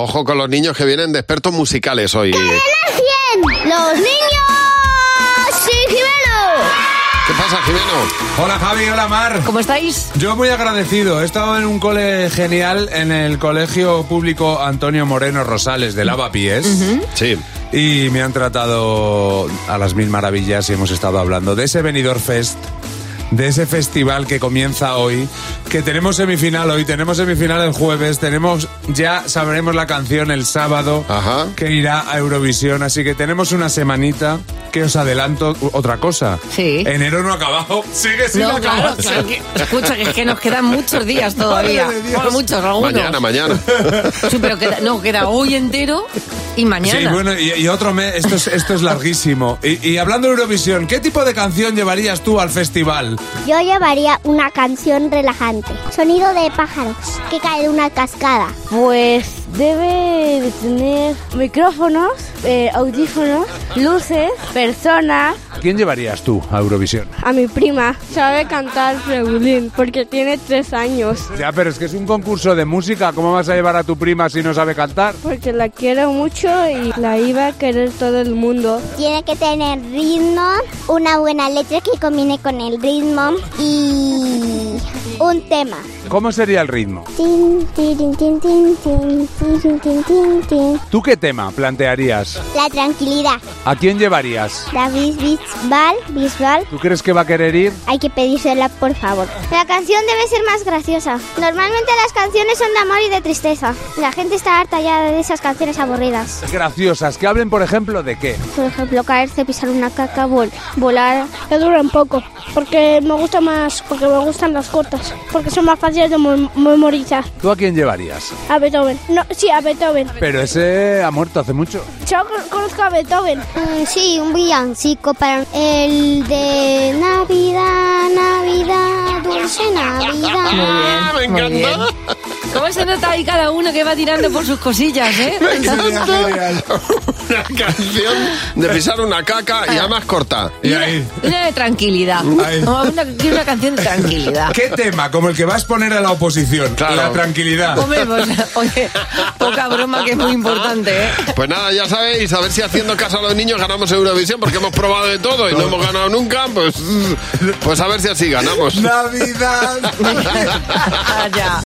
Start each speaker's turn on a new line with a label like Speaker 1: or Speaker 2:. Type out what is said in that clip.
Speaker 1: Ojo con los niños que vienen de expertos musicales hoy.
Speaker 2: ¡Los niños! ¡Sí,
Speaker 1: ¿Qué pasa, Jimeno?
Speaker 3: Hola Javi, hola Mar.
Speaker 4: ¿Cómo estáis?
Speaker 3: Yo muy agradecido. He estado en un cole genial, en el Colegio Público Antonio Moreno Rosales de Lavapiés.
Speaker 1: Sí.
Speaker 3: Y me han tratado a las mil maravillas y hemos estado hablando de ese Benidorm Fest, de ese festival que comienza hoy, que tenemos semifinal hoy, tenemos semifinal el jueves, tenemos ya sabremos la canción el sábado
Speaker 1: Ajá.
Speaker 3: que irá a Eurovisión, así que tenemos una semanita que os adelanto u- otra cosa.
Speaker 4: Sí.
Speaker 3: Enero no ha acabado, sigue sin
Speaker 4: No, claro,
Speaker 3: acabarse.
Speaker 4: claro que- escucha, que es que nos quedan muchos días todavía.
Speaker 3: Madre de Dios.
Speaker 4: Bueno, muchos, algunos.
Speaker 1: Mañana, mañana.
Speaker 4: Sí, pero queda, no, queda hoy entero y mañana.
Speaker 3: Sí, bueno, y, y otro mes, esto es, esto es larguísimo. Y, y hablando de Eurovisión, ¿qué tipo de canción llevarías tú al festival?
Speaker 2: Yo llevaría una canción relajante. Sonido de pájaros que cae de una cascada.
Speaker 5: Pues debe de tener micrófonos, eh, audífonos, luces, personas.
Speaker 3: ¿Quién llevarías tú a Eurovisión?
Speaker 5: A mi prima sabe cantar violín porque tiene tres años.
Speaker 3: Ya, pero es que es un concurso de música. ¿Cómo vas a llevar a tu prima si no sabe cantar?
Speaker 5: Porque la quiero mucho y la iba a querer todo el mundo.
Speaker 2: Tiene que tener ritmo, una buena letra que combine con el ritmo y un tema.
Speaker 3: ¿Cómo sería el ritmo?
Speaker 2: Tin, tirin, tin, tin, tin, tirin, tin, tin, tin.
Speaker 3: ¿Tú qué tema plantearías?
Speaker 2: La tranquilidad.
Speaker 3: ¿A quién llevarías?
Speaker 2: David Bisbal, Bisbal,
Speaker 3: ¿Tú crees que va a querer ir?
Speaker 2: hay que pedírsela por favor. La canción debe ser más graciosa. Normalmente las canciones son de amor y de tristeza. La gente está harta ya de esas canciones aburridas.
Speaker 3: Graciosas, que hablen, por ejemplo, de qué.
Speaker 2: Por ejemplo, caerse, pisar una caca, vol- volar.
Speaker 5: Que duran poco, porque me gusta más, porque me gustan las cortas, porque son más fáciles de memorizar.
Speaker 3: ¿Tú a quién llevarías?
Speaker 5: A Beethoven. No, sí, a Beethoven.
Speaker 3: Pero ese ha muerto hace mucho.
Speaker 5: Yo conozco a Beethoven.
Speaker 2: Mm, sí, un villancico para el de Navidad, Navidad, dulce Navidad.
Speaker 1: Ah, me
Speaker 4: Muy bien.
Speaker 1: encanta.
Speaker 4: ¿Cómo se nota ahí cada uno que va tirando por sus cosillas, eh?
Speaker 1: Me encanta. Una canción de pisar una caca y además corta.
Speaker 3: Y ahí.
Speaker 4: Una de tranquilidad.
Speaker 3: Ahí.
Speaker 4: No, Una, quiero una canción de tranquilidad.
Speaker 3: ¿Qué tema? Como el que vas a poner a la oposición.
Speaker 1: Claro.
Speaker 3: La tranquilidad.
Speaker 4: Hombre, pues, oye, poca broma que es muy importante, ¿eh?
Speaker 1: Pues nada, ya sabéis, a ver si haciendo caso a los niños ganamos Eurovisión, porque hemos probado de todo y no hemos ganado nunca, pues, pues a ver si así ganamos.
Speaker 3: Navidad.
Speaker 4: Allá.